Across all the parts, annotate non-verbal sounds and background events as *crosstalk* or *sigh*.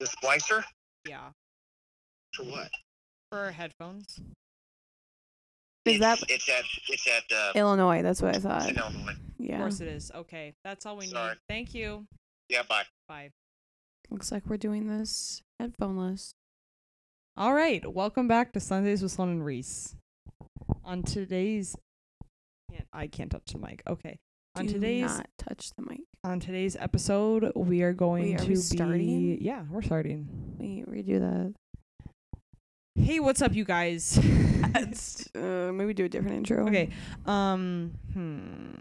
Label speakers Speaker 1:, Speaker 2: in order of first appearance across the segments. Speaker 1: The splicer?
Speaker 2: Yeah,
Speaker 1: For what?
Speaker 2: for our headphones.
Speaker 3: Is
Speaker 1: it's,
Speaker 3: that
Speaker 1: it's at it's at uh
Speaker 3: Illinois? That's what I
Speaker 1: it's
Speaker 3: thought.
Speaker 1: in Illinois.
Speaker 2: Of
Speaker 3: Yeah.
Speaker 2: course it is. Okay, that's all we
Speaker 1: Sorry.
Speaker 2: need. Thank you.
Speaker 1: Yeah, bye.
Speaker 2: Bye.
Speaker 3: Looks like we're doing this headphoneless.
Speaker 2: All right, welcome back to Sundays with Sloan and Reese. On today's, can't, I can't touch the mic. Okay. On
Speaker 3: Do
Speaker 2: today's
Speaker 3: not touch the mic.
Speaker 2: on today's episode, we are going
Speaker 3: Wait, are
Speaker 2: to
Speaker 3: we
Speaker 2: be
Speaker 3: starting?
Speaker 2: yeah, we're starting.
Speaker 3: Wait, redo that.
Speaker 2: *laughs* Hey, what's up, you
Speaker 3: *laughs*
Speaker 2: guys? *laughs*
Speaker 3: It's, *laughs* uh, maybe do a different intro.
Speaker 2: Okay. Um. Hmm.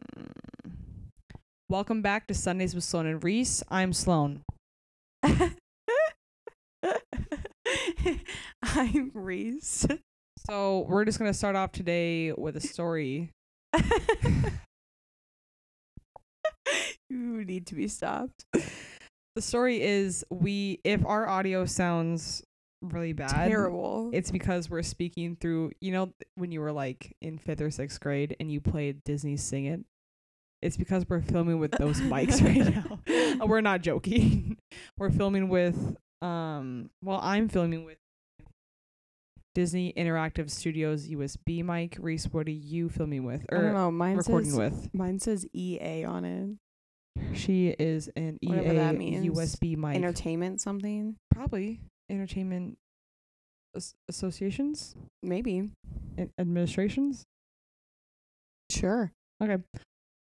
Speaker 2: Welcome back to Sundays with Sloan and Reese. I'm Sloan.
Speaker 3: *laughs* I'm Reese. *laughs*
Speaker 2: So we're just gonna start off today with a story. *laughs*
Speaker 3: you need to be stopped.
Speaker 2: The story is we if our audio sounds really bad,
Speaker 3: Terrible.
Speaker 2: it's because we're speaking through. You know when you were like in fifth or sixth grade and you played Disney Sing It. It's because we're filming with those mics
Speaker 3: *laughs*
Speaker 2: right now. *laughs* Uh, We're not joking. *laughs* We're filming with um well I'm filming with Disney Interactive Studios USB mic. Reese, what are you filming with?
Speaker 3: I don't
Speaker 2: Or
Speaker 3: know. Mine
Speaker 2: recording
Speaker 3: says
Speaker 2: with?
Speaker 3: mine says EA on it.
Speaker 2: She is an E
Speaker 3: Whatever that
Speaker 2: EA
Speaker 3: means.
Speaker 2: USB mic.
Speaker 3: Entertainment something
Speaker 2: Probably entertainment as- associations
Speaker 3: maybe.
Speaker 2: and administrations.
Speaker 3: Sure.
Speaker 2: Okay.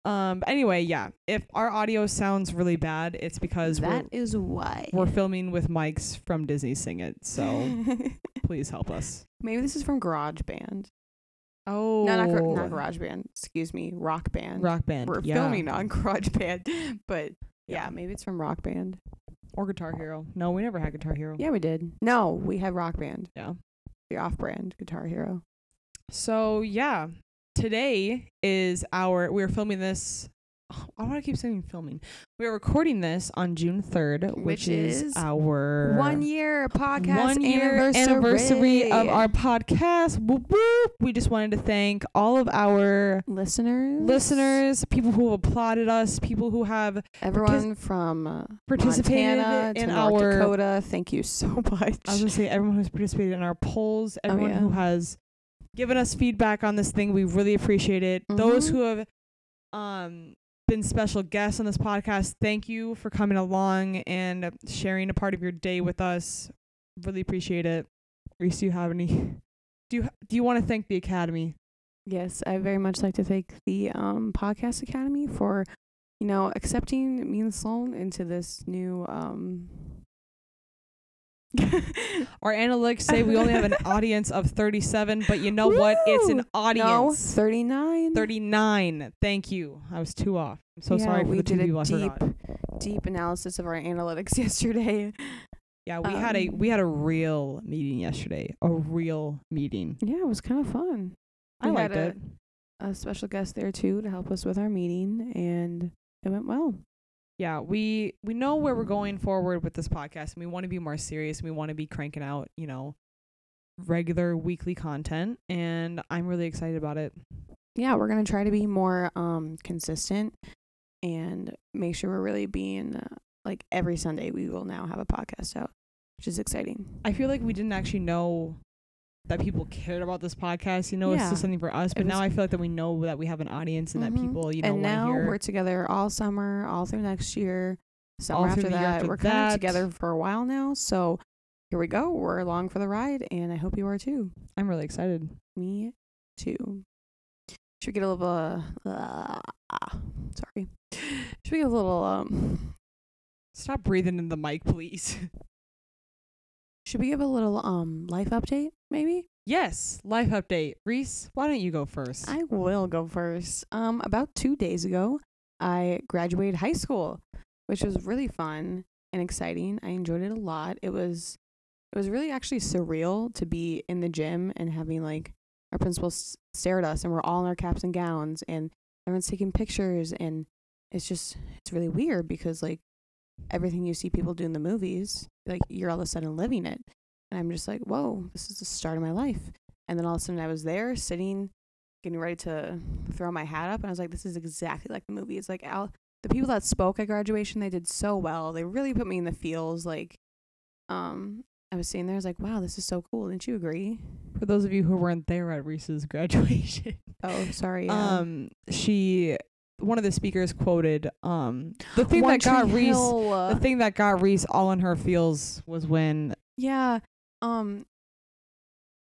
Speaker 2: Um anyway, yeah. If our audio sounds really bad, it's because
Speaker 3: That is why *laughs*
Speaker 2: we're we're filming with mics from Disney Sing It. So please help us.
Speaker 3: maybe this is from GarageBand.
Speaker 2: Oh,
Speaker 3: No, not, gar- not GarageBand. Excuse me, Rock Band.
Speaker 2: Rock Band.
Speaker 3: We're
Speaker 2: yeah.
Speaker 3: filming on *laughs* GarageBand, but yeah.
Speaker 2: Yeah.
Speaker 3: maybe it's from Rock Band.
Speaker 2: or Guitar Hero. No, we never had Guitar Hero.
Speaker 3: Yeah, we did. No, we had Rock Band,
Speaker 2: Yeah.
Speaker 3: the off-brand Guitar Hero.
Speaker 2: So yeah, today is our. We're filming this. I want to keep saying filming. We're recording this on June third, which,
Speaker 3: Which
Speaker 2: is,
Speaker 3: is
Speaker 2: our
Speaker 3: One year podcast
Speaker 2: one year anniversary of our podcast. Whoop, whoop. We just wanted to thank all of our
Speaker 3: listeners.
Speaker 2: listeners, people who have applauded us, people who have
Speaker 3: everyone from uh,
Speaker 2: participated
Speaker 3: Montana to
Speaker 2: in
Speaker 3: North
Speaker 2: our
Speaker 3: Dakota. Thank you so *laughs* much.
Speaker 2: I was gonna say everyone who's participated in our polls, everyone
Speaker 3: Oh, yeah.
Speaker 2: who has given us feedback on this thing, we really appreciate it. Those
Speaker 3: Mhm.
Speaker 2: who have um been special guests on this podcast, thank you for coming along and sharing a part of your day with us. Really appreciate it. Reese, do you have any? Do you do you want to thank the Academy?
Speaker 3: Yes, I very much like to thank the um, Podcast Academy for, you know, accepting me and Sloan into this new. Um... *laughs*
Speaker 2: Our analytics say we only have
Speaker 3: *laughs*
Speaker 2: an audience of 37, but you know what? It's
Speaker 3: Woo!
Speaker 2: an
Speaker 3: No,
Speaker 2: audience.
Speaker 3: 39.
Speaker 2: 39. Thank you. I was two off. I'm so
Speaker 3: Yeah,
Speaker 2: sorry for
Speaker 3: we
Speaker 2: the two
Speaker 3: did a
Speaker 2: people I forgot.
Speaker 3: deep- Deep analysis of our analytics *laughs* yesterday.
Speaker 2: Yeah, we had a
Speaker 3: Um,
Speaker 2: we had a real meeting yesterday. A real meeting.
Speaker 3: Yeah, it was kind of fun.
Speaker 2: I
Speaker 3: We
Speaker 2: liked
Speaker 3: had
Speaker 2: it.
Speaker 3: A special guest there too to help us with our meeting, and it went well.
Speaker 2: Yeah, we we know where we're going forward with this podcast, and we want to be more serious. And we want to be cranking out, you know, regular weekly content, and I'm really excited about it.
Speaker 3: yeah, we're gonna try to be more um consistent and make sure we're really being uh, like every Sunday we will now have a podcast out, which is exciting.
Speaker 2: I feel like we didn't actually know that people cared about this podcast. You know, it's
Speaker 3: Yeah.
Speaker 2: just something for us. But
Speaker 3: It
Speaker 2: now
Speaker 3: was-
Speaker 2: I feel like that we know that we have an audience and
Speaker 3: Mhm.
Speaker 2: that people, you know,
Speaker 3: and
Speaker 2: want to
Speaker 3: now
Speaker 2: hear.
Speaker 3: we're together all summer, all through next year, summer
Speaker 2: All through
Speaker 3: after
Speaker 2: the
Speaker 3: that.
Speaker 2: year after
Speaker 3: we're kind
Speaker 2: that.
Speaker 3: of together for a while now, so here we go. We're along for the ride, and I hope you are too.
Speaker 2: I'm really excited.
Speaker 3: Me too. Should we get a little? Uh, ah, sorry. Should we get a little? Um,
Speaker 2: Stop breathing in the mic, please. *laughs*
Speaker 3: should we give a little um life update maybe?
Speaker 2: Yes, life update. Reese, why don't you go first?
Speaker 3: I will go first. Um, about two days ago, I graduated high school, which was really fun and exciting. I enjoyed it a lot. It was, it was really actually surreal to be in the gym and having like our principal s- stare at us, and we're all in our caps and gowns, and everyone's taking pictures, and it's just it's really weird because like everything you see people do in the movies, like you're all of a sudden living it, and I'm just like, whoa, this is the start of my life. And then all of a sudden, I was there sitting getting ready to throw my hat up and I was like, this is exactly like the movie. It's like Al the people that spoke at graduation, they did so well. They really put me in the feels like Um, I was sitting there, I was like, wow, this is so cool. Didn't you agree?
Speaker 2: For those of you who weren't there at Reese's *laughs* graduation,
Speaker 3: Oh, sorry. Yeah.
Speaker 2: um, she one of the speakers quoted um
Speaker 3: *gasps*
Speaker 2: the thing
Speaker 3: One
Speaker 2: that got
Speaker 3: Tree
Speaker 2: Reese
Speaker 3: Hill.
Speaker 2: the thing that got Reese all in her feels was when
Speaker 3: Yeah. Um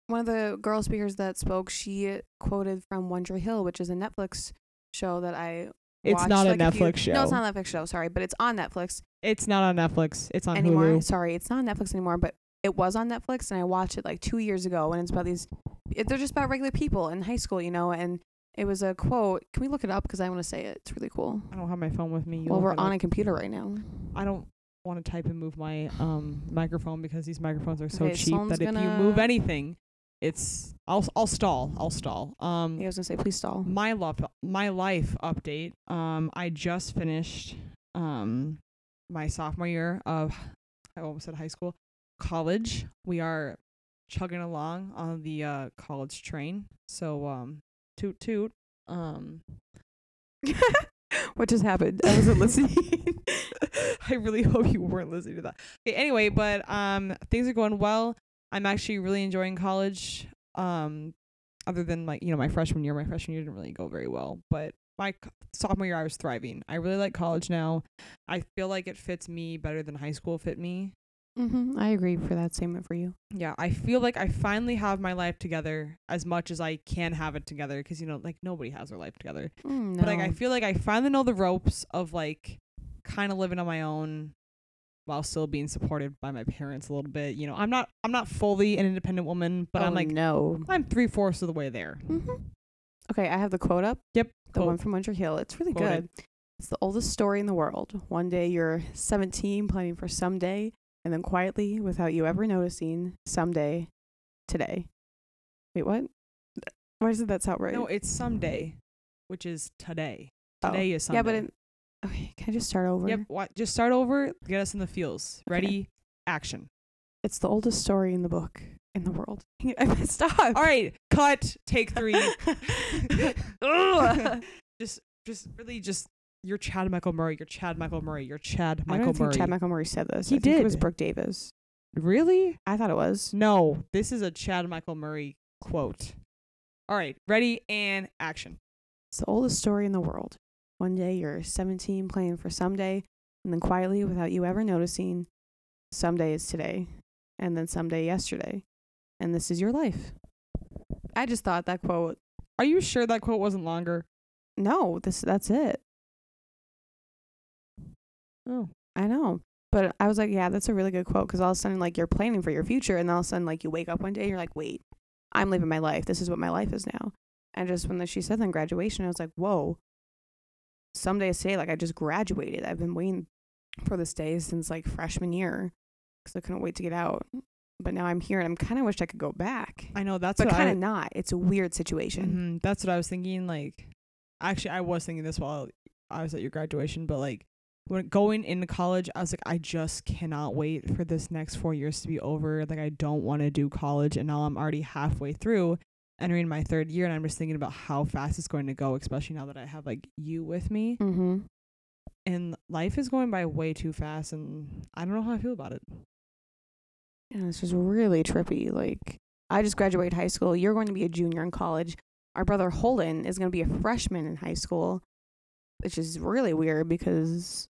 Speaker 3: one of the girl speakers that spoke, she quoted from One Tree Hill, which is a Netflix show that I
Speaker 2: it's
Speaker 3: watched,
Speaker 2: not
Speaker 3: like,
Speaker 2: a
Speaker 3: few-
Speaker 2: Netflix show.
Speaker 3: No, it's not a Netflix show, sorry, but it's on Netflix
Speaker 2: It's not on Netflix. It's on
Speaker 3: anymore.
Speaker 2: Hulu.
Speaker 3: Sorry, it's not on Netflix anymore, but it was on Netflix and I watched it like 2 years ago and it's about these it- they're just about regular people in high school, you know, and it was a quote. Can we look it up because I want to say it. It's really cool.
Speaker 2: I don't have my phone with me. You
Speaker 3: well,
Speaker 2: look
Speaker 3: we're
Speaker 2: it
Speaker 3: on
Speaker 2: up.
Speaker 3: a computer right now.
Speaker 2: I don't want to type and move my um microphone because these microphones are so
Speaker 3: Okay,
Speaker 2: cheap
Speaker 3: someone's
Speaker 2: that if you move
Speaker 3: gonna-
Speaker 2: anything, it's I'll I'll stall. I'll stall. Um
Speaker 3: Yeah, I was going to say
Speaker 2: *laughs*
Speaker 3: please stall.
Speaker 2: my love my life update. Um I just finished um my sophomore year of I almost said high school, college. We are chugging along on the uh college train. So um toot toot. Um
Speaker 3: what just happened?
Speaker 2: I
Speaker 3: *laughs*
Speaker 2: wasn't listening. *laughs* I really hope you weren't listening to that. Okay, anyway, but um things are going well. I'm actually really enjoying college. Um other than like, you know, my freshman year, my freshman year didn't really go very well, but my c- sophomore year I was thriving. I really like college now. I feel like it fits me better than high school fit me.
Speaker 3: Mm-hmm. I agree for that statement for you.
Speaker 2: Yeah, I feel like I finally have my life together as much as I can have it together because you know, like nobody has their life together.
Speaker 3: Mm,
Speaker 2: But like I
Speaker 3: no.
Speaker 2: feel like I finally know the ropes of like kind of living on my own while still being supported by my parents a little bit. You know, I'm not I'm not fully an independent woman, but I'm
Speaker 3: Oh,
Speaker 2: like Mm-hmm.
Speaker 3: no.
Speaker 2: I'm three fourths of the way there.
Speaker 3: Mhm. Okay, I have the quote up.
Speaker 2: Yep,
Speaker 3: the one
Speaker 2: quote.
Speaker 3: from Winter Hill. It's really
Speaker 2: Quote
Speaker 3: good. It's the oldest story in the world. One day you're 17, planning for someday, and then quietly, without you ever noticing, someday, today. Wait, what? Why does that sound right?
Speaker 2: No, it's someday, which is today.
Speaker 3: Oh.
Speaker 2: Today is Sunday.
Speaker 3: yeah, but it, okay. Can I just start over?
Speaker 2: yep. What? Just start over. Get us in the feels. Ready? Action.
Speaker 3: It's the oldest story in the book in the world. *laughs* I messed up.
Speaker 2: All
Speaker 3: *laughs*
Speaker 2: right. Cut. Take three. *laughs*
Speaker 3: Ugh.
Speaker 2: just, just really, just you're Chad Michael Murray. You're Chad Michael Murray. You're Chad
Speaker 3: I
Speaker 2: Michael
Speaker 3: don't think
Speaker 2: Murray.
Speaker 3: Chad Michael Murray said this.
Speaker 2: He
Speaker 3: I think It was
Speaker 2: did.
Speaker 3: Brooke Davis.
Speaker 2: really?
Speaker 3: I thought it was.
Speaker 2: No, this is a Chad Michael Murray quote. All right, ready and action.
Speaker 3: It's the oldest story in the world. One day you're 17 playing for someday, and then quietly, without you ever noticing, someday is today, and then someday yesterday, and this is your life. I just thought that quote.
Speaker 2: Are you sure that quote wasn't longer?
Speaker 3: No, this that's it.
Speaker 2: Oh.
Speaker 3: I know, but I was like, yeah, that's a really good quote because all of a sudden, like, you're planning for your future, and all of a sudden, like, you wake up one day and you're like, wait, I'm living my life. This is what my life is now. And just when she said that in graduation, I was like, whoa. Some days today, like I just graduated. I've been waiting for this day since like freshman year because I couldn't wait to get out. But now I'm here, and I'm kind of wished I could go back,
Speaker 2: I know that's
Speaker 3: but
Speaker 2: what
Speaker 3: kind
Speaker 2: I,
Speaker 3: of not. It's a weird situation.
Speaker 2: Mhm, that's what I was thinking. Like, actually, I was thinking this while I was at your graduation, but like when going into college, I was like, I just cannot wait for this next four years to be over. Like, I don't want to do college, and now I'm already halfway through, entering my third year, and I'm just thinking about how fast it's going to go, especially now that I have like you with me.
Speaker 3: Mm-hmm.
Speaker 2: and life is going by way too fast and i don't know how i feel about it
Speaker 3: And it's just really trippy. Like, I just graduated high school. You're going to be a junior in college. Our brother Holden is going to be a freshman in high school, which is really weird because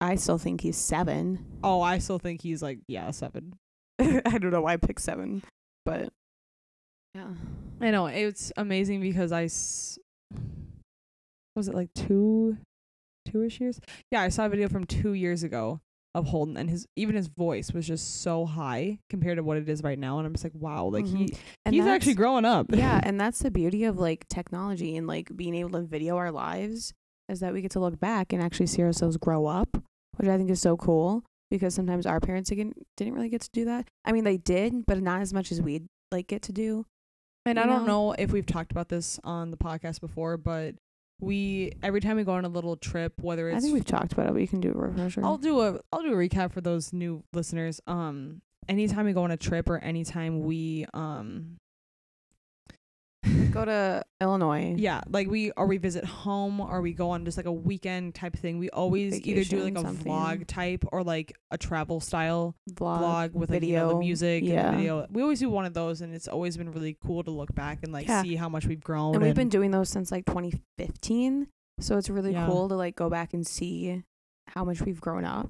Speaker 3: I still think he's seven. *laughs*
Speaker 2: oh i still think he's like yeah seven
Speaker 3: I don't know why I picked seven, but yeah.
Speaker 2: i know it's amazing because i s- was it like two two-ish years yeah i saw a video from two years ago of holden and his even his voice was just so high compared to what it is right now and i'm just like wow like
Speaker 3: Mhm.
Speaker 2: he Mm-hmm. he's actually growing up *laughs*
Speaker 3: yeah, and that's the beauty of like technology and like being able to video our lives is that we get to look back and actually see ourselves grow up, which I think is so cool because sometimes our parents again didn't really get to do that. I mean, they did, but not as much as we like get to do.
Speaker 2: And I
Speaker 3: you
Speaker 2: don't
Speaker 3: know?
Speaker 2: know if we've talked about this on the podcast before, but we every time we go on a little trip, whether
Speaker 3: I
Speaker 2: it's
Speaker 3: think we've talked about it, but you can do a refresher.
Speaker 2: I'll do a I'll do a recap for those new listeners. Um anytime we go on a trip or anytime we um
Speaker 3: go to Illinois.
Speaker 2: *laughs* yeah like we or we visit home or we go on just like a weekend type thing we always either do
Speaker 3: Vacation,
Speaker 2: like a
Speaker 3: something.
Speaker 2: vlog type or like a travel style
Speaker 3: Vlog.
Speaker 2: vlog with like, you know, the
Speaker 3: video,
Speaker 2: music and
Speaker 3: yeah.
Speaker 2: the video we always do one of those and it's always been really cool to look back and like
Speaker 3: Yeah.
Speaker 2: see how much we've grown
Speaker 3: And we've been doing those since like 2015. So it's really
Speaker 2: Yeah.
Speaker 3: cool to like go back and see how much we've grown up.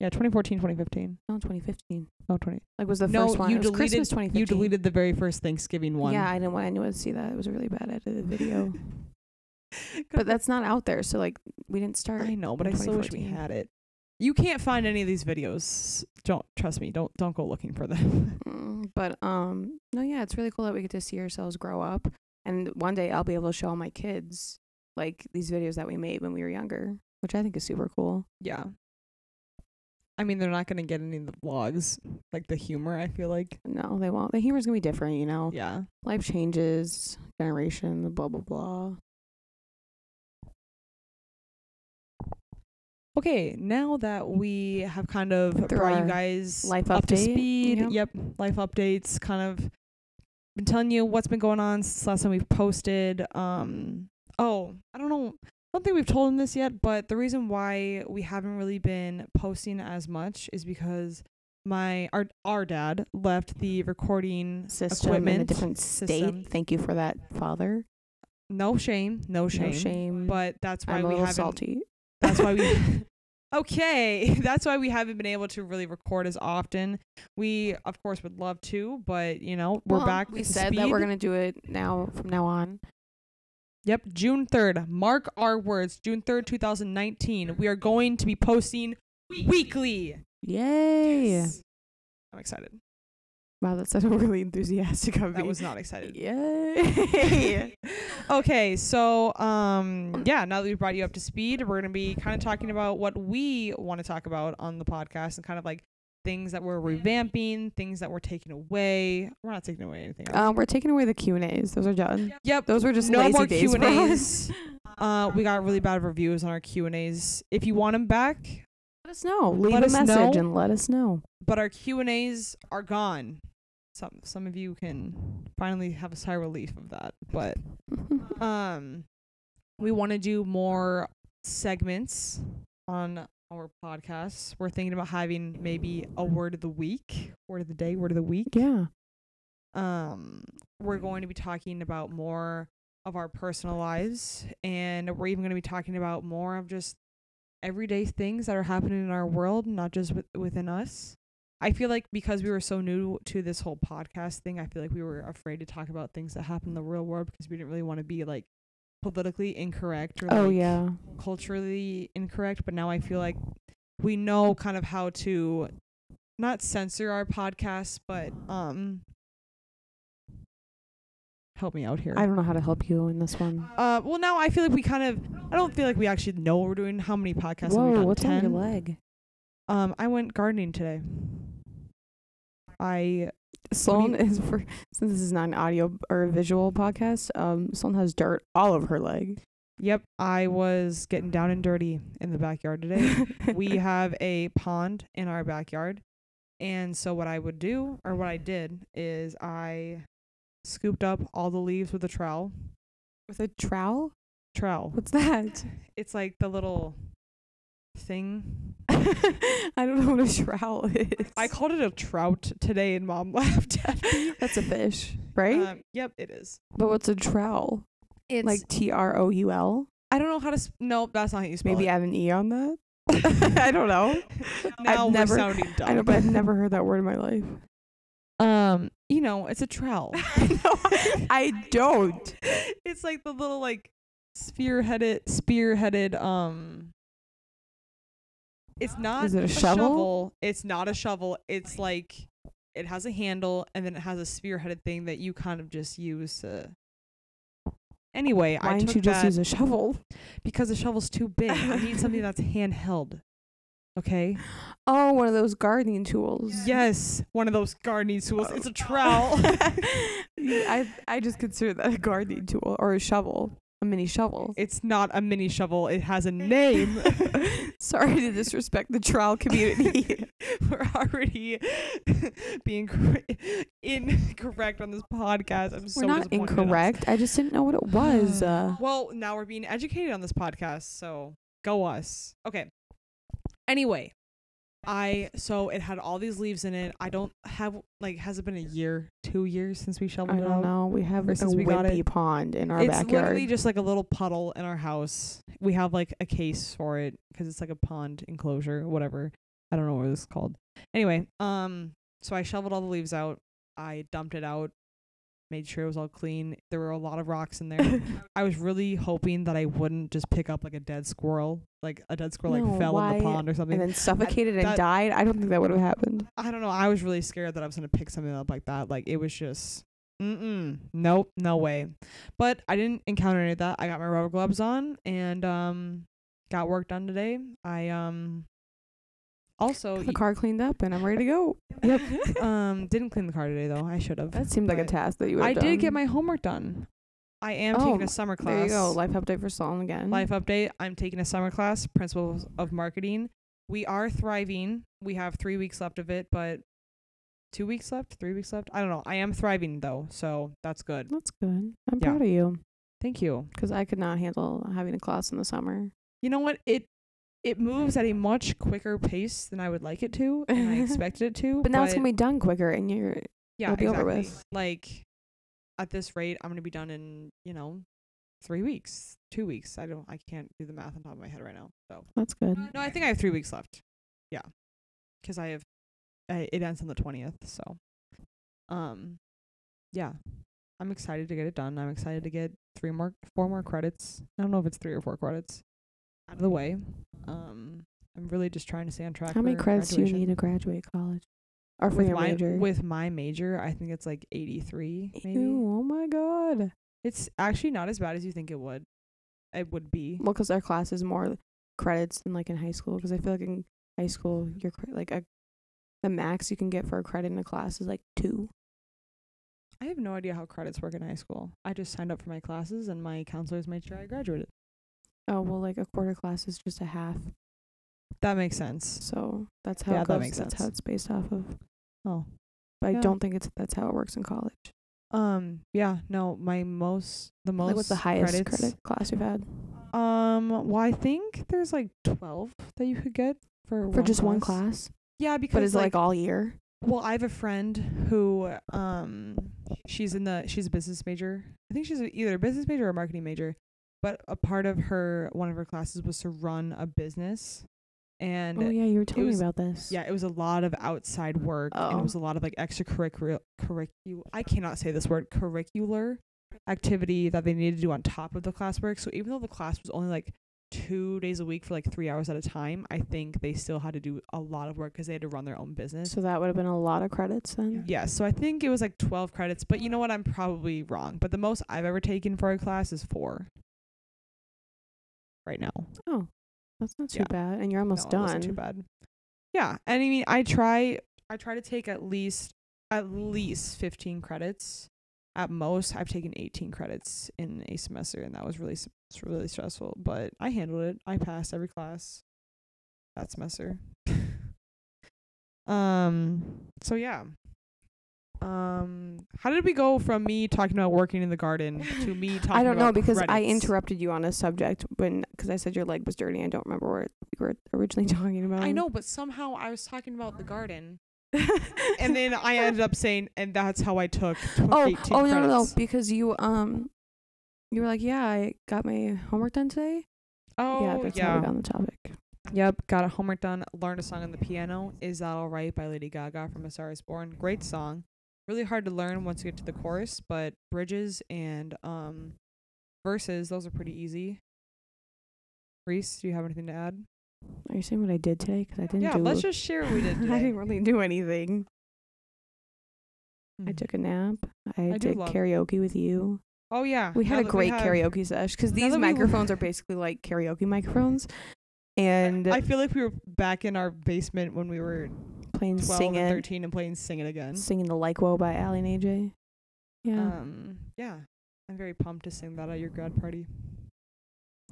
Speaker 2: yeah 2014 2015
Speaker 3: No, 2015.
Speaker 2: oh 20
Speaker 3: Like was the
Speaker 2: no
Speaker 3: first one.
Speaker 2: you
Speaker 3: it was
Speaker 2: deleted
Speaker 3: Christmas 2015.
Speaker 2: you deleted the very first thanksgiving one
Speaker 3: Yeah, I didn't want anyone to see that. It was a really bad edited
Speaker 2: *laughs*
Speaker 3: video.
Speaker 2: 'Cause
Speaker 3: but that's not out there. So like we didn't start.
Speaker 2: I know, but I
Speaker 3: in
Speaker 2: still wish we
Speaker 3: 2014.
Speaker 2: had it. You can't find any of these videos. Don't trust me. Don't don't go looking for them. *laughs*
Speaker 3: Mm, But um, no, yeah, it's really cool that we get to see ourselves grow up. And one day I'll be able to show all my kids like these videos that we made when we were younger, which I think is super cool.
Speaker 2: yeah. I mean, they're not gonna get any of the vlogs, like the humor. I feel like.
Speaker 3: No, they won't. The humor's gonna be different, you know.
Speaker 2: Yeah.
Speaker 3: Life changes, generation, blah blah blah.
Speaker 2: Okay, now that we have kind of
Speaker 3: Through
Speaker 2: brought you
Speaker 3: our
Speaker 2: guys
Speaker 3: life
Speaker 2: up to
Speaker 3: update,
Speaker 2: speed.
Speaker 3: yep.
Speaker 2: Yep. Life updates. Kind of been telling you what's been going on since last time we've posted. Um. Oh, I don't know. I don't think we've told them this yet, but the reason why we haven't really been posting as much is because my our our dad left the recording
Speaker 3: System
Speaker 2: equipment
Speaker 3: in a different state.
Speaker 2: system.
Speaker 3: Thank you for that, father.
Speaker 2: No shame, no shame.
Speaker 3: No shame.
Speaker 2: But that's why
Speaker 3: I'm a
Speaker 2: we
Speaker 3: little
Speaker 2: haven't.
Speaker 3: salty.
Speaker 2: That's why we.
Speaker 3: *laughs*
Speaker 2: okay, *laughs* that's why we haven't been able to really record as often. We of course would love to, but you know we're
Speaker 3: Well,
Speaker 2: back.
Speaker 3: We
Speaker 2: to
Speaker 3: said that we're
Speaker 2: speed.
Speaker 3: gonna do it now from now on.
Speaker 2: Yep, June 3rd. Mark our words. June 3rd, 2019. We are going to be posting weekly.
Speaker 3: Yay!
Speaker 2: Yes. I'm excited.
Speaker 3: Wow, that sounded *laughs* really enthusiastic of
Speaker 2: That
Speaker 3: you. *laughs*
Speaker 2: was not excited. *laughs*
Speaker 3: Yay!
Speaker 2: Okay, so *clears throat* um yeah, now that we've brought you up to speed, we're gonna be kind of talking about what we want to talk about on the podcast and kind of like things that we're revamping, things that we're taking away. We're not taking away anything. Else.
Speaker 3: um, we're taking away the Q and A's. Those are done.
Speaker 2: yep,
Speaker 3: Those were just
Speaker 2: Uh, no
Speaker 3: lazy
Speaker 2: more
Speaker 3: days
Speaker 2: Q
Speaker 3: for
Speaker 2: and
Speaker 3: us.
Speaker 2: A's. Uh, we got really bad reviews on our Q and A's. If you want them back,
Speaker 3: *laughs* Let us know. Leave
Speaker 2: Let
Speaker 3: a
Speaker 2: us
Speaker 3: message
Speaker 2: know.
Speaker 3: and let us *laughs* know.
Speaker 2: but our Q and A's are gone. Some some of you can finally have a sigh of relief of that, but um we want to do more segments on our podcasts we're thinking about having maybe a word of the week word of the day word of the week
Speaker 3: yeah.
Speaker 2: um we're going to be talking about more of our personal lives and we're even going to be talking about more of just everyday things that are happening in our world not just with, within us i feel like because we were so new to this whole podcast thing i feel like we were afraid to talk about things that happen in the real world because we didn't really want to be like politically incorrect or
Speaker 3: Oh
Speaker 2: like,
Speaker 3: yeah.
Speaker 2: culturally incorrect, but now I feel like we know kind of how to not censor our podcasts, but um help me out here.
Speaker 3: I don't know how to help you in this one.
Speaker 2: uh well now I feel like we kind of I don't feel like we actually know what we're doing how many podcasts have we
Speaker 3: Whoa!
Speaker 2: done?
Speaker 3: What's on your
Speaker 2: 10?
Speaker 3: leg?
Speaker 2: Um I went gardening today. I
Speaker 3: Sloan is for since this is not an audio b- or a visual podcast. Um, Sloan has dirt all over her leg.
Speaker 2: yep, I was getting down and dirty in the backyard today.
Speaker 3: *laughs*
Speaker 2: we have a pond in our backyard. And so what I would do or what I did is I scooped up all the leaves with a trowel.
Speaker 3: with a trowel.
Speaker 2: Trowel.
Speaker 3: What's that?
Speaker 2: It's like the little
Speaker 3: *laughs*
Speaker 2: thing.
Speaker 3: I don't know what a trowel is.
Speaker 2: *laughs* I called it a trout today and mom *laughs* laughed at me.
Speaker 3: That's a fish, right?
Speaker 2: Um, yep, it is.
Speaker 3: but what's a trowel?
Speaker 2: It's
Speaker 3: Like T R O U L?
Speaker 2: I don't know how to sp- No, that's not how you spell
Speaker 3: Maybe
Speaker 2: it.
Speaker 3: add an E on that? *laughs* I don't know.
Speaker 2: *laughs* now we're
Speaker 3: never-
Speaker 2: sounding dumb.
Speaker 3: I know, but I've never heard that word in my life.
Speaker 2: um, you know, it's a *laughs* trowel.
Speaker 3: *laughs* no, I don't.
Speaker 2: it's like the little like spear-headed spear-headed um it's not
Speaker 3: Is it a shovel?
Speaker 2: it's not a shovel it's like it has a handle and then it has a spear-headed thing that you kind of just use to anyway
Speaker 3: Why
Speaker 2: i took
Speaker 3: didn't you just
Speaker 2: that
Speaker 3: use a shovel?
Speaker 2: because the shovel's too big i need something
Speaker 3: *laughs*
Speaker 2: that's handheld okay
Speaker 3: Oh, one of those gardening tools.
Speaker 2: yes one of those gardening tools it's
Speaker 3: *laughs*
Speaker 2: a trowel *laughs*
Speaker 3: I I just consider that a gardening tool or a shovel, a mini shovel. *laughs*
Speaker 2: it's not a mini shovel it has a name *laughs*
Speaker 3: Sorry to disrespect the trowel community.
Speaker 2: We're already *laughs* being cor- incorrect on this podcast. I'm so
Speaker 3: *laughs* We're not
Speaker 2: disappointed in us.
Speaker 3: incorrect. I just didn't know what it *sighs* was. Uh,
Speaker 2: *sighs* Well, now we're being educated on this podcast, so go us. Okay. Anyway, I so it had all these leaves in it. I don't have like has it been a year, two years since we shoveled
Speaker 3: I
Speaker 2: it
Speaker 3: don't
Speaker 2: out?
Speaker 3: know. We have a
Speaker 2: Versus we got it-
Speaker 3: wimpy pond in our
Speaker 2: it's
Speaker 3: backyard.
Speaker 2: literally just like a little puddle in our house. We have like a case for it because it's like a pond enclosure, whatever. I don't know what it's called. Anyway, um, so I shoveled all the leaves out. I dumped it out, made sure it was all clean. There were a lot of rocks
Speaker 3: *laughs*
Speaker 2: in there. I was really hoping that I wouldn't just pick up like a dead squirrel, like a dead squirrel
Speaker 3: No,
Speaker 2: like fell in
Speaker 3: why-
Speaker 2: the pond or
Speaker 3: and
Speaker 2: something.
Speaker 3: then suffocated and
Speaker 2: that-
Speaker 3: died. I don't think that would have happened.
Speaker 2: I don't know. I was really scared that I was gonna pick something up like that. Like it was just, mm-mm, nope, no way. But I didn't encounter any of that. I got my rubber gloves on and um, got work done today. I um, also
Speaker 3: The car cleaned up, and I'm ready to go.
Speaker 2: Oh,
Speaker 3: *laughs*
Speaker 2: um didn't clean the car today though. I should have.
Speaker 3: That seemed like a
Speaker 2: but
Speaker 3: task that you would.
Speaker 2: I did get
Speaker 3: done.
Speaker 2: my homework done. I am
Speaker 3: Oh,
Speaker 2: taking a summer class.
Speaker 3: There you go. Life update for Solon again.
Speaker 2: Life update. I'm taking a summer class, Principles of Marketing. We are thriving. We have three weeks left of it, but two weeks left, three weeks left. I don't know. I am thriving though, so that's good.
Speaker 3: That's good. I'm
Speaker 2: Yeah.
Speaker 3: proud of you
Speaker 2: Thank you.
Speaker 3: because I could not handle having a class in the summer.
Speaker 2: You know what? It it moves at a much quicker pace than I would like it to, and
Speaker 3: *laughs*
Speaker 2: I expected it to.
Speaker 3: But now it's gonna be done quicker, and you're
Speaker 2: yeah,
Speaker 3: it'll be over
Speaker 2: exactly.
Speaker 3: with.
Speaker 2: Like at this rate, I'm gonna be done in you know three weeks, two weeks. I don't. I can't do the math on top of my head right now. So
Speaker 3: that's good.
Speaker 2: No, I think I have three weeks left. Yeah, because I have I, it ends on the twentieth. So, um, yeah, I'm excited to get it done. I'm excited to get three more, four more credits. I don't know if it's three or four credits out of the way. Um, I'm really just trying to stay on track.
Speaker 3: How many
Speaker 2: for
Speaker 3: credits do you
Speaker 2: graduation.
Speaker 3: need to graduate college? Or for
Speaker 2: with
Speaker 3: your
Speaker 2: my
Speaker 3: major?
Speaker 2: with my major? I think it's like 83. Maybe
Speaker 3: Ew, oh my god.
Speaker 2: it's actually not as bad as you think it would. It would be.
Speaker 3: Well, because our class is more credits than like in high school. Because I feel like in high school, you're cre- like a the max you can get for a credit in a class is like two.
Speaker 2: I have no idea how credits work in high school. I just signed up for my classes, and my counselors made sure I graduated.
Speaker 3: Oh well, like a quarter class is just a half.
Speaker 2: That makes sense.
Speaker 3: So that's how
Speaker 2: Yeah,
Speaker 3: it
Speaker 2: that
Speaker 3: goes.
Speaker 2: makes
Speaker 3: that's how
Speaker 2: sense.
Speaker 3: it's based off of.
Speaker 2: Oh.
Speaker 3: But I
Speaker 2: Yeah.
Speaker 3: don't think it's that's how it works in college.
Speaker 2: Um yeah, no, my most the most
Speaker 3: like what's the highest
Speaker 2: credits,
Speaker 3: credit class you've had
Speaker 2: Um well I think there's like 12 that you could get for
Speaker 3: for just one class?
Speaker 2: Yeah, because
Speaker 3: But is it
Speaker 2: like,
Speaker 3: like Oh, all year?
Speaker 2: well I have a friend who um she's in the she's a business major. I think she's a- either a business major or a marketing major, but a part of her one of her classes was to run a business and
Speaker 3: Oh yeah, you were telling
Speaker 2: was-
Speaker 3: me about this.
Speaker 2: Yeah, it was a lot of outside work, and
Speaker 3: Oh.
Speaker 2: it was a lot of like extracurricular curricu- I cannot say this word curricular activity that they needed to do on top of the classwork. So even though the class was only like two days a week for like three hours at a time, I think they still had to do a lot of work because they had to run their own business.
Speaker 3: So that would have been a lot of credits then.
Speaker 2: Yeah, so I think it was like twelve credits, but you know what? I'm probably wrong. But the most I've ever taken for a class is four. Right now.
Speaker 3: Oh, that's not too
Speaker 2: Yeah.
Speaker 3: bad. And you're almost
Speaker 2: No, it
Speaker 3: done.
Speaker 2: wasn't too bad. Yeah, and I mean, I try, I try to take at least, at least fifteen credits. At most, I've taken eighteen credits in a semester, and that was really, s- it's really stressful. But I handled it. I passed every class that semester. *laughs* um. So yeah. Um. How did we go from me talking about working in the garden to me talking?
Speaker 3: *sighs* I don't know
Speaker 2: about
Speaker 3: because I
Speaker 2: credits?
Speaker 3: interrupted you on a subject when because I said your leg was dirty. I don't remember what we were originally *laughs* talking about.
Speaker 2: I know, but somehow I was talking about the garden. and then I ended up saying, and that's how I took. tw-
Speaker 3: *laughs* oh
Speaker 2: 18
Speaker 3: oh no no no
Speaker 2: credits.
Speaker 3: because you um you were like yeah I got my homework done today. yeah,
Speaker 2: Oh
Speaker 3: that's how
Speaker 2: yeah,
Speaker 3: we got on the topic.
Speaker 2: yep. Got a homework done. Learned a song on the piano. Is that all right by Lady Gaga from A Star Is Born? Great song. Really hard to learn once you get to the chorus, but bridges and um verses, those are pretty easy. Reese, do you have anything to add?
Speaker 3: Are you saying what I did today? Because I didn't.
Speaker 2: yeah,
Speaker 3: do,
Speaker 2: let's just share what we did.
Speaker 3: *laughs* I
Speaker 2: Today.
Speaker 3: didn't really do anything. I
Speaker 2: Mm.
Speaker 3: took a nap. I,
Speaker 2: I do
Speaker 3: did
Speaker 2: love-
Speaker 3: karaoke with you.
Speaker 2: Oh yeah,
Speaker 3: We
Speaker 2: now
Speaker 3: had a
Speaker 2: that
Speaker 3: great
Speaker 2: have-
Speaker 3: karaoke sesh because
Speaker 2: now
Speaker 3: these
Speaker 2: that we-
Speaker 3: microphones are basically like karaoke microphones, and
Speaker 2: I feel like we were back in our basement when we were
Speaker 3: playing
Speaker 2: 12
Speaker 3: sing
Speaker 2: and
Speaker 3: it,
Speaker 2: 13 and playing Sing It Again.
Speaker 3: singing the like woe by Ally and AJ. Yeah,
Speaker 2: Um, yeah, I'm very pumped to sing that at your grad party.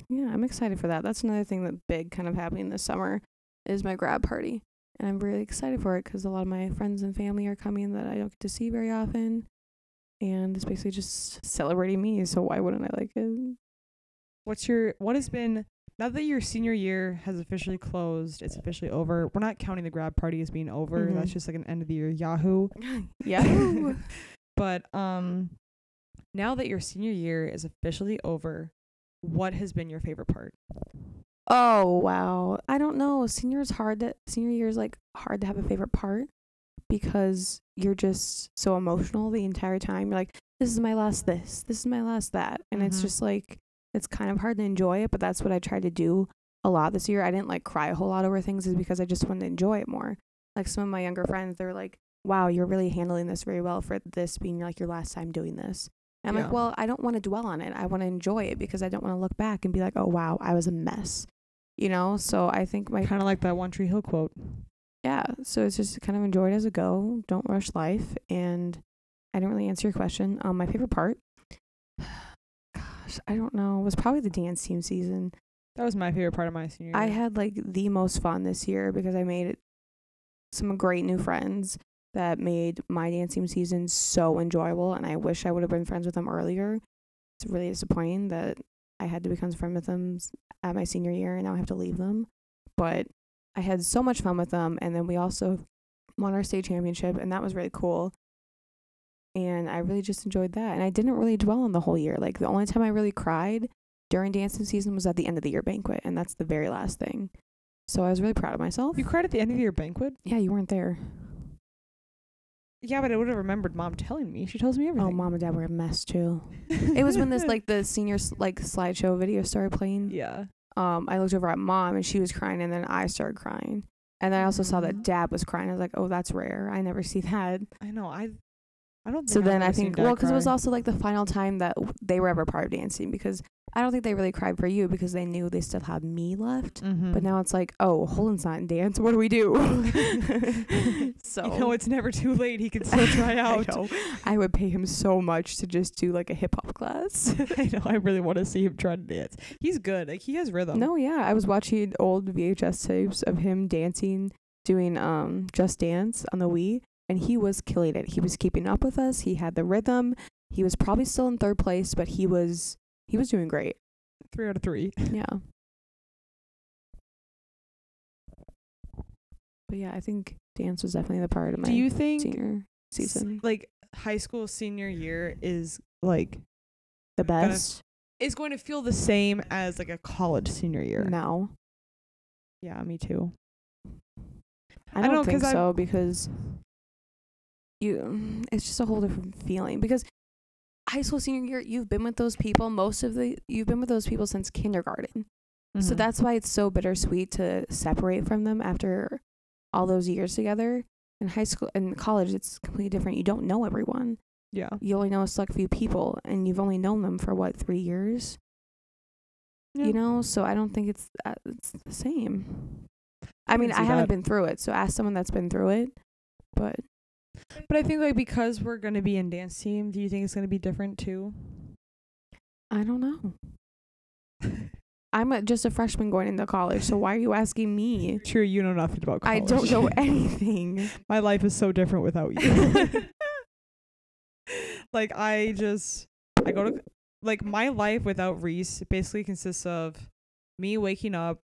Speaker 3: yeah, I'm excited for that. That's another thing that big kind of happening this summer is my grad party, and I'm really excited for it because a lot of my friends and family are coming that I don't get to see very often, and it's basically just celebrating me. So why wouldn't I like it?
Speaker 2: What's your what has been now that your senior year has officially closed, it's officially over. We're not counting the grad party as being over.
Speaker 3: Mhm.
Speaker 2: That's just like an end of the year Yahoo.
Speaker 3: Yeah.
Speaker 2: *laughs* But um now that your senior year is officially over, what has been your favorite part?
Speaker 3: Oh wow. I don't know. Senior is hard to senior year is like hard to have a favorite part because you're just so emotional the entire time. You're like, this is my last this, this is my last that. And it's
Speaker 2: Mhm.
Speaker 3: just like it's kind of hard to enjoy it, but that's what I tried to do a lot this year. I didn't like cry a whole lot over things is because I just wanted to enjoy it more. Like some of my younger friends, they're like, Wow, you're really handling this very well for this being like your last time doing this. And I'm
Speaker 2: Yeah.
Speaker 3: like, well, I don't want to dwell on it. I want to enjoy it because I don't want to look back and be like, oh, wow, I was a mess. You know? So I think my,
Speaker 2: Kind of like that One Tree Hill quote.
Speaker 3: yeah. So it's just kind of enjoy it as a go. Don't rush life. And I didn't really answer your question. Um, my favorite part, *sighs* gosh, I don't know, was probably the dance team season.
Speaker 2: That was my favorite part of my senior year.
Speaker 3: I had like the most fun this year because I made some great new friends that made my dance team season so enjoyable. And I wish I would have been friends with them earlier. It's really disappointing that I had to become friends with them s- at my senior year and now I have to leave them. But I had so much fun with them. And then we also won our state championship, and that was really cool. And I really just enjoyed that. And I didn't really dwell on the whole year. Like the only time I really cried during dancing season was at the end of the year banquet, and that's the very last thing. So I was really proud of myself.
Speaker 2: you cried at the end of your banquet?
Speaker 3: yeah, you weren't there.
Speaker 2: Yeah, but I would have remembered mom telling me. She tells me everything.
Speaker 3: Oh,
Speaker 2: *laughs*
Speaker 3: mom and dad were a mess too. It was *laughs* when this like the senior s- like slideshow video started playing.
Speaker 2: Yeah.
Speaker 3: Um, I looked over at mom and she was crying, and then I started crying. And then I also saw
Speaker 2: Aw.
Speaker 3: that dad was crying. I was like, oh, that's rare. I never see *laughs* that.
Speaker 2: I know. I I don't think
Speaker 3: So
Speaker 2: I've
Speaker 3: then
Speaker 2: ever
Speaker 3: I
Speaker 2: seen
Speaker 3: think,
Speaker 2: Dad
Speaker 3: well, because it was
Speaker 2: cry.
Speaker 3: also like the final time that w- they were ever part of dancing because I don't think they really cried for you because they knew they still had me left.
Speaker 2: Mhm.
Speaker 3: But now it's like, oh, Holden's not in dance. What do
Speaker 2: *laughs*
Speaker 3: we do? *laughs* so
Speaker 2: You know, it's never too late. He
Speaker 3: *laughs*
Speaker 2: can still try out.
Speaker 3: Oh. I, know. I would pay him so much to just do like a hip hop class.
Speaker 2: *laughs* I know. I really want to see him try to dance. He's good. Like he has rhythm.
Speaker 3: no, yeah, I was watching old VHS tapes of him dancing, doing um Just Dance on the Wii, and he was killing it. He was keeping up with us. He had the rhythm. He was probably still in third place, but he was he was doing great.
Speaker 2: three out of three.
Speaker 3: Yeah. But yeah, I think dance was definitely the part of my
Speaker 2: Do you think
Speaker 3: senior
Speaker 2: s-
Speaker 3: season.
Speaker 2: like high school senior year is like
Speaker 3: The
Speaker 2: gonna-
Speaker 3: best
Speaker 2: is going to feel the same as like a college senior year?
Speaker 3: now.
Speaker 2: Yeah, me too.
Speaker 3: I
Speaker 2: I
Speaker 3: don't
Speaker 2: know, 'cause
Speaker 3: think
Speaker 2: I've-
Speaker 3: so because you it's just a whole different feeling because high school senior year you've been with those people most of the you've been with those people since kindergarten. So
Speaker 2: Mhm.
Speaker 3: that's why it's so bittersweet to separate from them after all those years together. In high school in college it's completely different. You don't know everyone.
Speaker 2: yeah.
Speaker 3: You only know a select few people and you've only known them for what 3 years,
Speaker 2: Yeah.
Speaker 3: you know? So I don't think it's uh, it's the same. I mean,
Speaker 2: can
Speaker 3: I
Speaker 2: see
Speaker 3: haven't
Speaker 2: that.
Speaker 3: been through it, so ask someone that's been through it. But
Speaker 2: But I think like because we're gonna be in dance team, do you think it's gonna be different too? *laughs*
Speaker 3: I don't know. I'm a, just a freshman going into college, so why are you asking *laughs* me?
Speaker 2: True, you know nothing about
Speaker 3: I
Speaker 2: college.
Speaker 3: don't
Speaker 2: *laughs*
Speaker 3: know *laughs* anything.
Speaker 2: My life is so different without you. *laughs* like I just I go to like my life without Reese basically consists of me waking up,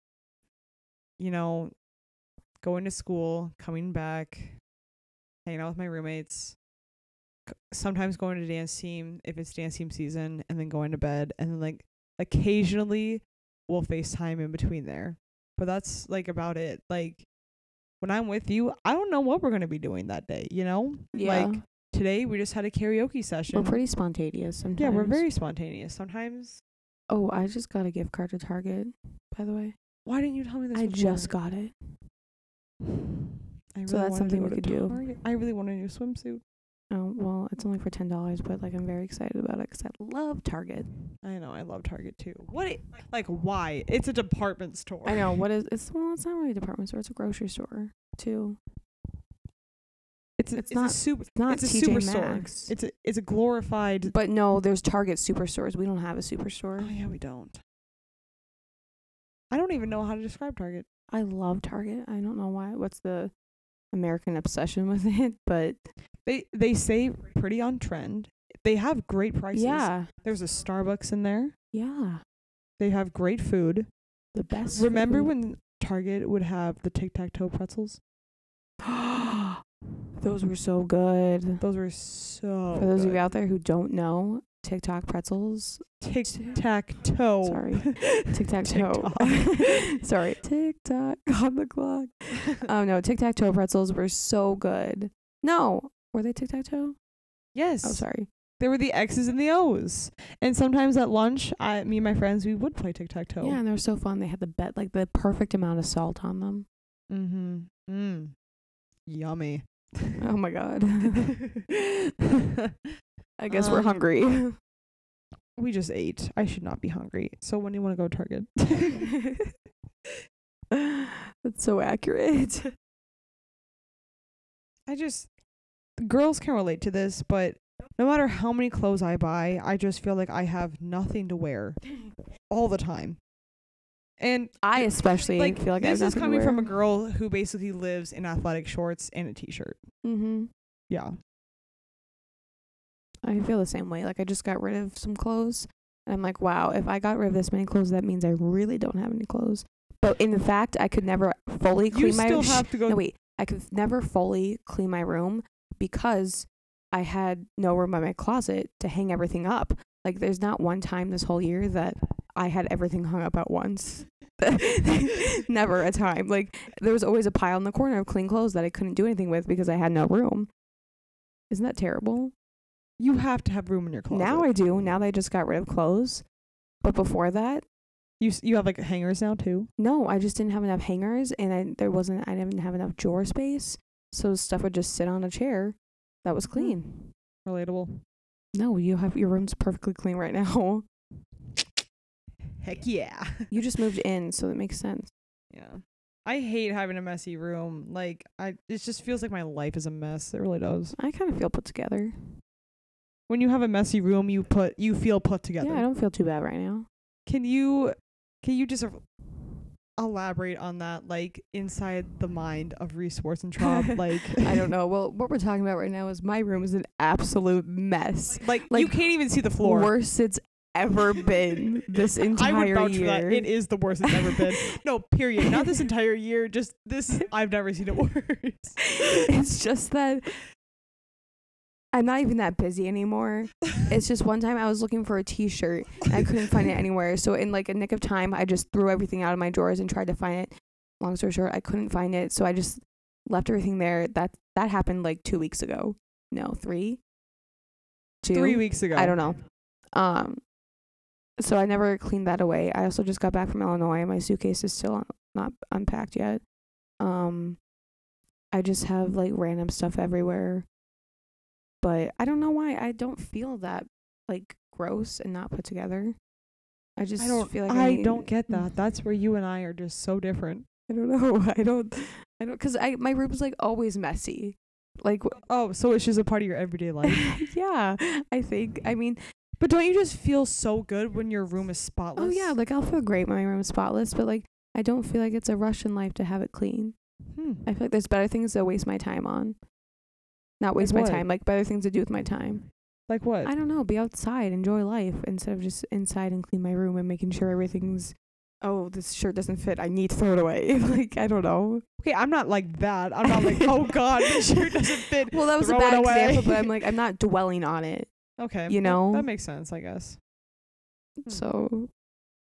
Speaker 2: you know, going to school, coming back, hanging out with my roommates, c- sometimes going to dance team if it's dance team season, and then going to bed, and then like occasionally we'll FaceTime in between there. But that's like about it. Like when I'm with you, I don't know what we're gonna be doing that day, you know?
Speaker 3: Yeah,
Speaker 2: Like today we just had a karaoke session.
Speaker 3: we're pretty spontaneous sometimes.
Speaker 2: yeah, we're very spontaneous. Sometimes
Speaker 3: Oh, I just got a gift card to Target. By the way,
Speaker 2: why didn't you tell me this?
Speaker 3: I
Speaker 2: before? *sighs*
Speaker 3: just got it.
Speaker 2: I really
Speaker 3: So that's
Speaker 2: wanted to
Speaker 3: something
Speaker 2: go
Speaker 3: we
Speaker 2: to
Speaker 3: could do.
Speaker 2: Target. I really want a new swimsuit.
Speaker 3: Oh well, it's only for ten dollars, but like I'm very excited about it because I love Target.
Speaker 2: I know. I love Target too. What? It, like why? It's a department store.
Speaker 3: I know
Speaker 2: *laughs*
Speaker 3: what is it's well, it's not really a department store; it's a grocery store too.
Speaker 2: It's a,
Speaker 3: It's
Speaker 2: it's,
Speaker 3: not-
Speaker 2: a super.
Speaker 3: It's not
Speaker 2: It's a
Speaker 3: TJ
Speaker 2: superstore.
Speaker 3: Maxx.
Speaker 2: It's a it's a glorified.
Speaker 3: But no, there's Target superstores. We don't have a superstore.
Speaker 2: Oh yeah, we don't. I don't even know how to describe Target.
Speaker 3: I love Target. I don't know why. What's the American obsession with *laughs* it, but
Speaker 2: They they say pretty on trend. They have great prices.
Speaker 3: yeah,
Speaker 2: There's a Starbucks in there.
Speaker 3: yeah,
Speaker 2: They have great food.
Speaker 3: the best.
Speaker 2: Remember
Speaker 3: food.
Speaker 2: when Target would have the tic tac toe pretzels?
Speaker 3: *gasps* those were so good.
Speaker 2: Those were so.
Speaker 3: For those of you out there who don't know,
Speaker 2: *laughs*
Speaker 3: TikTok pretzels.
Speaker 2: tic tac toe. *laughs*
Speaker 3: Sorry. Tic tac toe. *laughs* Sorry, tic tac *laughs* on the clock. *laughs*
Speaker 2: *laughs* Uh,
Speaker 3: Oh no, tic tac toe pretzels were so good. No, were they tic tac toe?
Speaker 2: yes.
Speaker 3: Oh, sorry.
Speaker 2: There were the X's and the O's. And sometimes at lunch, I, me and my friends, we would play tic tac toe.
Speaker 3: Yeah, and they were so fun. They had the bet like the perfect amount of salt on them.
Speaker 2: Mm-hmm. Mm. Yummy.
Speaker 3: *laughs* Oh my god. I guess we're
Speaker 2: Um,
Speaker 3: hungry.
Speaker 2: *laughs*
Speaker 3: *laughs*
Speaker 2: we just ate. I should not be hungry. So when do you want to go to Target? *laughs*
Speaker 3: That's so accurate.
Speaker 2: I just girls can relate to this, but no matter how many clothes I buy, I just feel like I have nothing to wear all the time. And
Speaker 3: I especially
Speaker 2: like
Speaker 3: feel like
Speaker 2: this is coming from a girl who basically lives in athletic shorts and a t-shirt.
Speaker 3: Mm-hmm.
Speaker 2: Yeah.
Speaker 3: I feel the same way. Like I just got rid of some clothes, and I'm like, wow, if I got rid of this many clothes, that means I really don't have any clothes. But in fact, I could never fully clean
Speaker 2: You
Speaker 3: my.
Speaker 2: still
Speaker 3: sh-
Speaker 2: have to go *laughs*
Speaker 3: no, wait, I could never fully clean my room because I had no room in my closet to hang everything up. Like there's not one time this whole year that I had everything hung up at once. *laughs* never a time. Like there was always a pile in the corner of clean clothes that I couldn't do anything with because I had no room. Isn't that terrible?
Speaker 2: You have to have room in your closet.
Speaker 3: Now I do. Now they just got rid of clothes. But before that,
Speaker 2: you s- you have like hangers now too.
Speaker 3: no, I just didn't have enough hangers and I there wasn't I didn't have enough drawer space. So stuff would just sit on a chair that was clean.
Speaker 2: Relatable.
Speaker 3: Hmm. No, you have your room's perfectly clean right now. *laughs*
Speaker 2: Heck yeah. *laughs*
Speaker 3: You just moved in, so that makes sense.
Speaker 2: Yeah. I hate having a messy room. Like I it just feels like my life is a mess. It really does.
Speaker 3: I kind of feel put together.
Speaker 2: When you have a messy room, you put you feel put together.
Speaker 3: Yeah, I don't feel too bad right *laughs* now.
Speaker 2: can you can you just elaborate on that like inside the mind of Reese
Speaker 3: *laughs*
Speaker 2: Schwarzentraub like
Speaker 3: I don't know. Well, what we're talking about right now is my room is an absolute mess.
Speaker 2: *laughs* like, you
Speaker 3: Like,
Speaker 2: can't even see the floor.
Speaker 3: Worst it's
Speaker 2: *laughs*
Speaker 3: ever been this entire
Speaker 2: I would vouch
Speaker 3: year.
Speaker 2: for that. It is the worst it's ever
Speaker 3: *laughs*
Speaker 2: been. No, period. Not this entire year. Just this. I've never seen it worse.
Speaker 3: it's just that I'm not even that busy anymore.
Speaker 2: *laughs*
Speaker 3: It's just one time I was looking for a t-shirt and I couldn't find it anywhere. So in like a nick of time, I just threw everything out of my drawers and tried to find it. Long story short, I couldn't find it, so I just left everything there. That that happened like 2 weeks ago. No, 3. 2.
Speaker 2: Three weeks ago.
Speaker 3: I don't know. Um so I never cleaned that away. I also just got back from Illinois. My suitcase is still un- not unpacked yet. Um I just have like random stuff everywhere. But I don't know why I don't feel that like gross and not put together. I just
Speaker 2: I don't
Speaker 3: feel like
Speaker 2: I
Speaker 3: need-
Speaker 2: don't get that. That's where you and I are just so different.
Speaker 3: *laughs* I don't know. I don't I don't cuz I my room's like always messy. Like
Speaker 2: Oh, so it's just a part of your everyday life.
Speaker 3: *laughs* yeah, I think I mean
Speaker 2: but don't you just feel so good when your room is spotless?
Speaker 3: Oh yeah, like I'll feel great when my room is spotless, but like I don't feel like it's a rush in life to have it clean.
Speaker 2: Hmm.
Speaker 3: I feel like there's better things to waste my time on. Not
Speaker 2: Like
Speaker 3: waste my
Speaker 2: what?
Speaker 3: time, like better things to do with my time.
Speaker 2: Like what?
Speaker 3: I don't know, be outside, enjoy life instead of just inside and clean my room and making sure everything's oh, this shirt doesn't fit. I need to throw it away. *laughs* like I don't know.
Speaker 2: Okay, I'm not like that. I'm not like,
Speaker 3: *laughs*
Speaker 2: oh god, this shirt doesn't fit.
Speaker 3: Well, that was
Speaker 2: throw
Speaker 3: a
Speaker 2: it
Speaker 3: bad
Speaker 2: away.
Speaker 3: example, but *laughs* I'm like I'm not dwelling on it.
Speaker 2: *laughs* Okay,
Speaker 3: You
Speaker 2: that-
Speaker 3: know?
Speaker 2: that makes sense, I guess. Hmm.
Speaker 3: So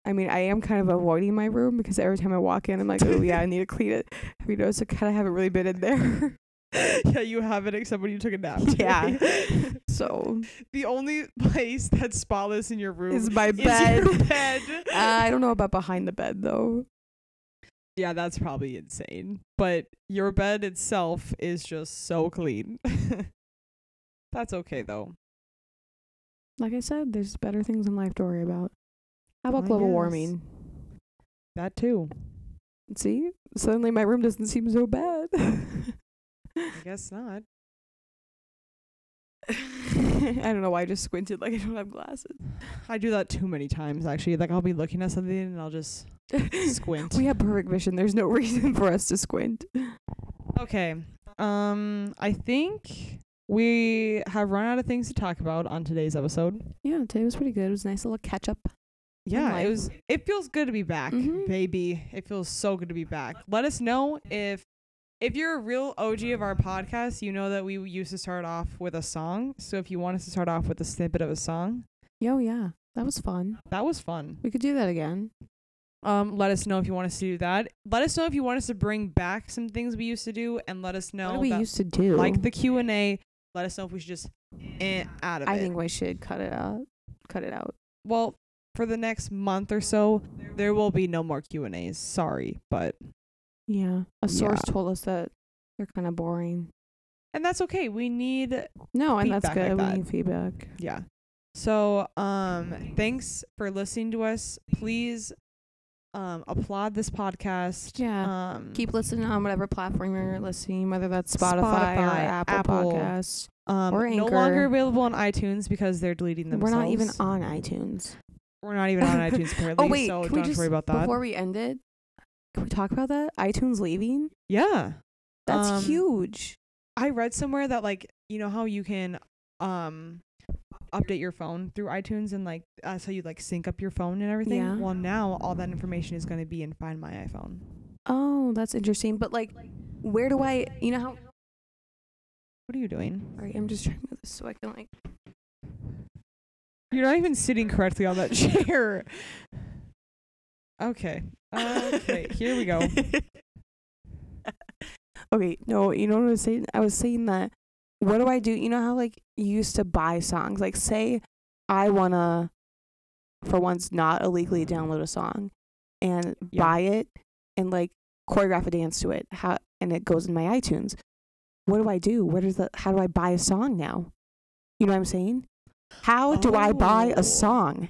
Speaker 3: I mean, I am kind of avoiding my room because every time I walk in, I'm like, oh yeah, I need to clean it. Have you noticed I kind of haven't really been in there?
Speaker 2: *laughs*
Speaker 3: *laughs*
Speaker 2: yeah, you have it except when you took a nap. today.
Speaker 3: Yeah. So
Speaker 2: *laughs* the only place that's spotless in your room
Speaker 3: is my
Speaker 2: is
Speaker 3: *laughs* bed. Uh,
Speaker 2: your *laughs* bed.
Speaker 3: I don't know about behind the bed though.
Speaker 2: yeah, that's probably insane. But your bed itself is just so clean. *laughs* that's okay though.
Speaker 3: Like I said, there's better things in life to worry about. How about
Speaker 2: I
Speaker 3: global
Speaker 2: guess.
Speaker 3: warming?
Speaker 2: That too.
Speaker 3: See, suddenly my room doesn't seem so bad. *laughs*
Speaker 2: I guess not.
Speaker 3: I don't know why I just squinted like I don't have *laughs* glasses.
Speaker 2: I do that too many times actually. Like I'll be looking at something and I'll *laughs* just squint.
Speaker 3: *laughs* we have perfect vision. There's no reason for us to squint.
Speaker 2: Okay. Um, I think we have run out of things to talk about on today's episode.
Speaker 3: Yeah, today was pretty good. It was a nice little catch up.
Speaker 2: Yeah, it
Speaker 3: life.
Speaker 2: was. It feels good to be back,
Speaker 3: Mhm.
Speaker 2: baby. It feels so good to be back. Let us know if if you're a real OG of our podcast. You know that we used to start off with a song. So if you want us to start off with a snippet of a song,
Speaker 3: Yo, yeah, that was fun.
Speaker 2: that was fun.
Speaker 3: We could do that again.
Speaker 2: Um, let us know if you want us to do that. Let us know if you want us to bring back some things we used to do, and let us know
Speaker 3: what do we
Speaker 2: that-
Speaker 3: used to do?
Speaker 2: like the Q and A. Let us know if we should just eh, out of
Speaker 3: I
Speaker 2: it.
Speaker 3: think we should cut it out. Cut it out.
Speaker 2: well, for the next month or so, there will be no more Q and A's. Sorry, but
Speaker 3: Yeah, a source
Speaker 2: Yeah.
Speaker 3: told us that they're kind of boring.
Speaker 2: and that's okay. We need
Speaker 3: No, and that's
Speaker 2: Feedback
Speaker 3: good.
Speaker 2: like
Speaker 3: we need feedback.
Speaker 2: yeah. So um, thanks for listening to us. Please um applaud this podcast.
Speaker 3: Yeah.
Speaker 2: Um,
Speaker 3: Keep listening on whatever platform you're listening, whether that's Spotify, or
Speaker 2: Spotify,
Speaker 3: Apple,
Speaker 2: Apple.
Speaker 3: Podcasts.
Speaker 2: um
Speaker 3: or
Speaker 2: no
Speaker 3: Anchor.
Speaker 2: longer available on iTunes because they're deleting
Speaker 3: We're
Speaker 2: themselves.
Speaker 3: not even on iTunes.
Speaker 2: We're not
Speaker 3: *laughs*
Speaker 2: even on iTunes apparently.
Speaker 3: oh wait,
Speaker 2: so
Speaker 3: can
Speaker 2: don't
Speaker 3: we
Speaker 2: have to
Speaker 3: just
Speaker 2: worry about that.
Speaker 3: before we end it? Can we talk about that iTunes leaving?
Speaker 2: yeah.
Speaker 3: That's
Speaker 2: Um,
Speaker 3: huge.
Speaker 2: I read somewhere that like you know how you can um update your phone through iTunes and like uh, so you like sync up your phone and everything.
Speaker 3: Yeah.
Speaker 2: Well, now all that information is going to be in Find My iPhone.
Speaker 3: Oh, that's interesting. But like, where do I? You know how?
Speaker 2: What are you doing?
Speaker 3: Sorry, I'm just trying to move this so I can like.
Speaker 2: You're not even sitting correctly on *laughs* that chair. Okay. *laughs* Okay. here we go.
Speaker 3: *laughs* okay, no, you know what I was saying? I was saying that. What do I do? You know how like you used to buy songs. Like, say I wanna, for once, not illegally download a song, and
Speaker 2: Yeah.
Speaker 3: buy it, and like choreograph a dance to it. How and it goes in my iTunes. What do I do? Where does the? How do I buy a song now? You know what I'm saying? How do I buy
Speaker 2: Oh.
Speaker 3: a song?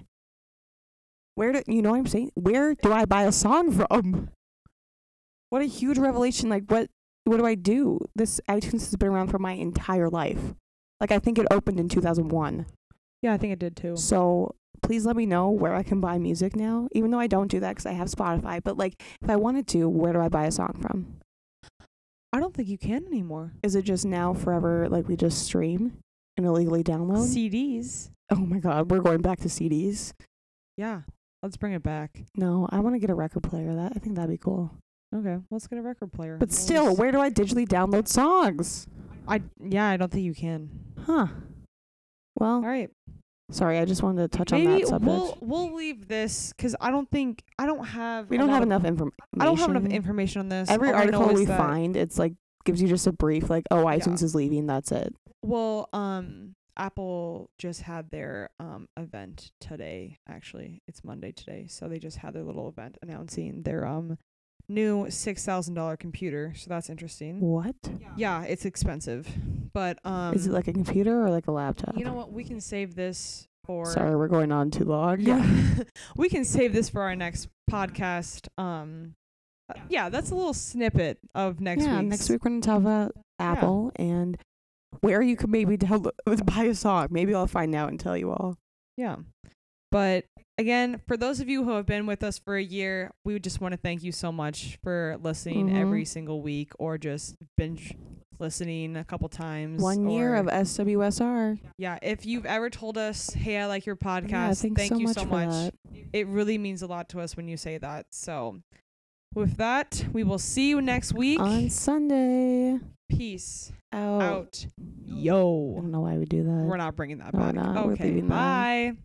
Speaker 3: Where do you know what I'm saying? Where do I buy a song from? What a huge revelation! Like what? What do I do? This iTunes has been around for my entire life. Like I think it opened in 2001.
Speaker 2: Yeah, I think it did too.
Speaker 3: So please let me know where I can buy music now. Even though I don't do that because I have Spotify, but like if I wanted to, where do I buy a song from?
Speaker 2: I don't think you can anymore.
Speaker 3: Is it just now forever? Like we just stream and illegally download?
Speaker 2: CDs.
Speaker 3: oh my God, we're going back to CDs.
Speaker 2: Yeah. Let's bring it back.
Speaker 3: No, I want to get a record player. That I think that'd be cool.
Speaker 2: Okay. Let's get a record player.
Speaker 3: But
Speaker 2: We'll
Speaker 3: still,
Speaker 2: just-
Speaker 3: where do I digitally download songs?
Speaker 2: I yeah, I don't think you can.
Speaker 3: Huh.
Speaker 2: All
Speaker 3: Well,
Speaker 2: right.
Speaker 3: sorry, I just wanted to touch on
Speaker 2: Maybe
Speaker 3: that subject.
Speaker 2: we'll we'll leave this because I don't think I don't have
Speaker 3: we
Speaker 2: a
Speaker 3: don't
Speaker 2: lot
Speaker 3: have
Speaker 2: of-
Speaker 3: enough information.
Speaker 2: I don't have enough information on this.
Speaker 3: Every
Speaker 2: All I know
Speaker 3: article
Speaker 2: is
Speaker 3: we
Speaker 2: that-
Speaker 3: find, it's like gives you just a brief, like, oh,
Speaker 2: Yeah.
Speaker 3: iTunes is leaving. That's it.
Speaker 2: Well, um, Apple just had their um event today. Actually, it's Monday today, so they just had their little event announcing their um new six thousand dollar computer. So that's interesting.
Speaker 3: What?
Speaker 2: Yeah, it's expensive, but um,
Speaker 3: Is it like a computer or like a laptop?
Speaker 2: you know what? We can save this for
Speaker 3: Sorry, we're going on too
Speaker 2: *laughs*
Speaker 3: long.
Speaker 2: yeah *laughs* we can save this for our next podcast um uh, yeah that's a little snippet of next
Speaker 3: yeah.
Speaker 2: week's.
Speaker 3: Next week we're gonna talk about Apple and where you could maybe download *laughs* buy a song. Maybe I'll find out and tell you all.
Speaker 2: yeah but again for those of you who have been with us for a year we would just want to thank you so much for listening
Speaker 3: Mhm.
Speaker 2: every single week or just binge listening a couple times
Speaker 3: One year
Speaker 2: or-
Speaker 3: of SWSR.
Speaker 2: yeah if you've ever told us hey i like your podcast
Speaker 3: Yeah, thanks
Speaker 2: thank
Speaker 3: so
Speaker 2: you
Speaker 3: much
Speaker 2: so
Speaker 3: for
Speaker 2: much
Speaker 3: that.
Speaker 2: it really means a lot to us when you say that so with that we will see you next week
Speaker 3: on Oh. Sunday.
Speaker 2: peace
Speaker 3: Out.
Speaker 2: out.
Speaker 3: I
Speaker 2: Yo.
Speaker 3: don't know why we do that.
Speaker 2: We're not bringing that
Speaker 3: No, uh, we're
Speaker 2: back.
Speaker 3: not. We're
Speaker 2: Okay.
Speaker 3: leaving that.
Speaker 2: Bye.